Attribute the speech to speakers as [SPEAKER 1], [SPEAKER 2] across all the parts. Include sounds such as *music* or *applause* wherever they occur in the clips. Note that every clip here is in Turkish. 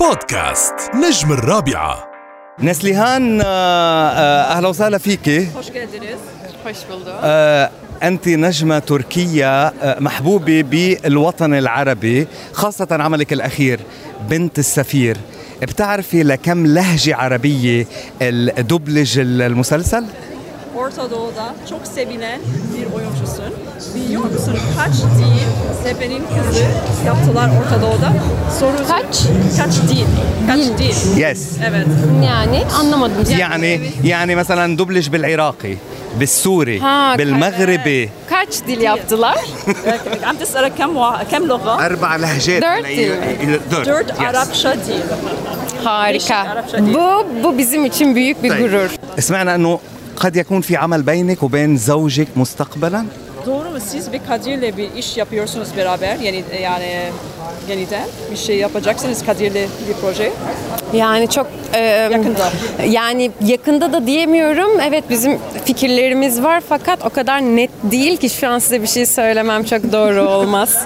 [SPEAKER 1] بودكاست نجم الرابعة
[SPEAKER 2] نسليهان آه، آه، اهلا وسهلا فيكي
[SPEAKER 3] Hoş geldiniz. Hoş bulduk.
[SPEAKER 2] آه، انت نجمه تركيه آه، محبوبه بالوطن العربي خاصه عملك الاخير بنت السفير بتعرفي لكم لهجه عربيه الدبلج المسلسل
[SPEAKER 3] Orta Doğu'da çok sevilen bir oyuncusun. Biliyor musun kaç değil Sebe'nin kızı yaptılar Orta Doğu'da? Soru
[SPEAKER 4] Kaç?
[SPEAKER 3] Kaç değil? Kaç değil?
[SPEAKER 2] يس
[SPEAKER 3] Evet.
[SPEAKER 4] Yani anlamadım.
[SPEAKER 2] يعني يعني مثلا دبلج بالعراقي بالسوري
[SPEAKER 4] Ha,
[SPEAKER 2] بالمغربي
[SPEAKER 4] Kaç dil yaptılar?
[SPEAKER 3] Am تسألك كم وا- كم لغة؟
[SPEAKER 2] اربع لهجات
[SPEAKER 4] Dört
[SPEAKER 2] علي-
[SPEAKER 4] dil.
[SPEAKER 2] dört.
[SPEAKER 3] Dört
[SPEAKER 2] Yes.
[SPEAKER 3] Arapça değil. Beşik
[SPEAKER 4] Harika.
[SPEAKER 3] Arapça değil.
[SPEAKER 4] Bu bu bizim için büyük bir
[SPEAKER 2] طيب.
[SPEAKER 4] gurur.
[SPEAKER 2] سمعنا انه قد يكون في عمل بينك وبين زوجك مستقبلا
[SPEAKER 3] Doğru mu? Siz ve Kadir'le bir iş yapıyorsunuz beraber. Yani yani yeniden bir şey yapacaksınız Kadir'le bir proje.
[SPEAKER 4] Yani çok e,
[SPEAKER 3] Yakında.
[SPEAKER 4] Yani yakında da diyemiyorum. Evet bizim fikirlerimiz var fakat o kadar net değil ki şu an size bir şey söylemem çok doğru olmaz.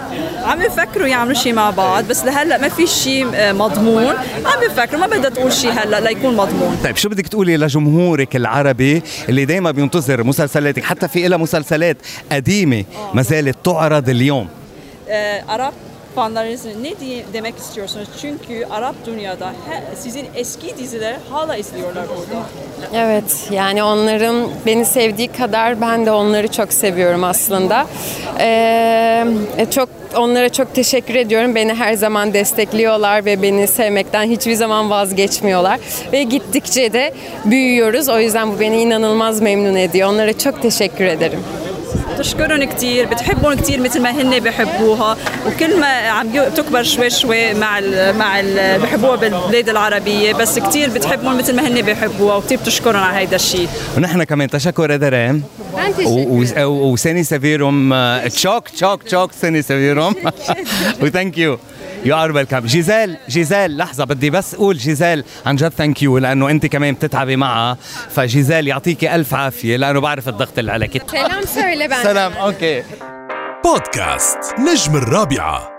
[SPEAKER 3] عم يفكروا يعملوا شيء مع بعض بس لهلا ما في شيء مضمون عم يفكروا ما بدها تقول شيء هلا ليكون مضمون
[SPEAKER 2] طيب شو بدك تقولي لجمهورك العربي اللي دائما بينتظر مسلسلاتك حتى في إلها مسلسلات قديمة ما زالت تعرض اليوم
[SPEAKER 3] Ee, Arap fanlarınızı ne diye demek istiyorsunuz? Çünkü Arap dünyada he- sizin eski diziler hala izliyorlar burada.
[SPEAKER 4] Evet yani onların beni sevdiği kadar ben de onları çok seviyorum aslında. Ee, e, çok onlara çok teşekkür ediyorum. Beni her zaman destekliyorlar ve beni sevmekten hiçbir zaman vazgeçmiyorlar. Ve gittikçe de büyüyoruz. O yüzden bu beni inanılmaz memnun ediyor. Onlara çok teşekkür ederim.
[SPEAKER 3] تشكرهم كثير بتحبهم كثير مثل ما هن بحبوها وكل ما عم يو- تكبر شوي شوي مع ال مع ال بحبوها بالبلاد العربية بس كثير بتحبهم مثل ما هن بحبوها وكثير بتشكرهم على هيدا الشيء
[SPEAKER 2] ونحن كمان تشكر درام
[SPEAKER 4] Ben
[SPEAKER 2] وساني سفيرهم آه، تشوك تشوك تشوك ساني سفيرهم *laughs* وثانك يو يو ار ويلكم جيزال جيزال لحظة بدي بس أقول جيزال عن جد ثانك يو لأنه أنت كمان بتتعبي معها فجيزال يعطيكي ألف عافية لأنه بعرف الضغط اللي عليك
[SPEAKER 4] Selam söyle ben.
[SPEAKER 2] سلام أوكي
[SPEAKER 1] بودكاست نجم الرابعة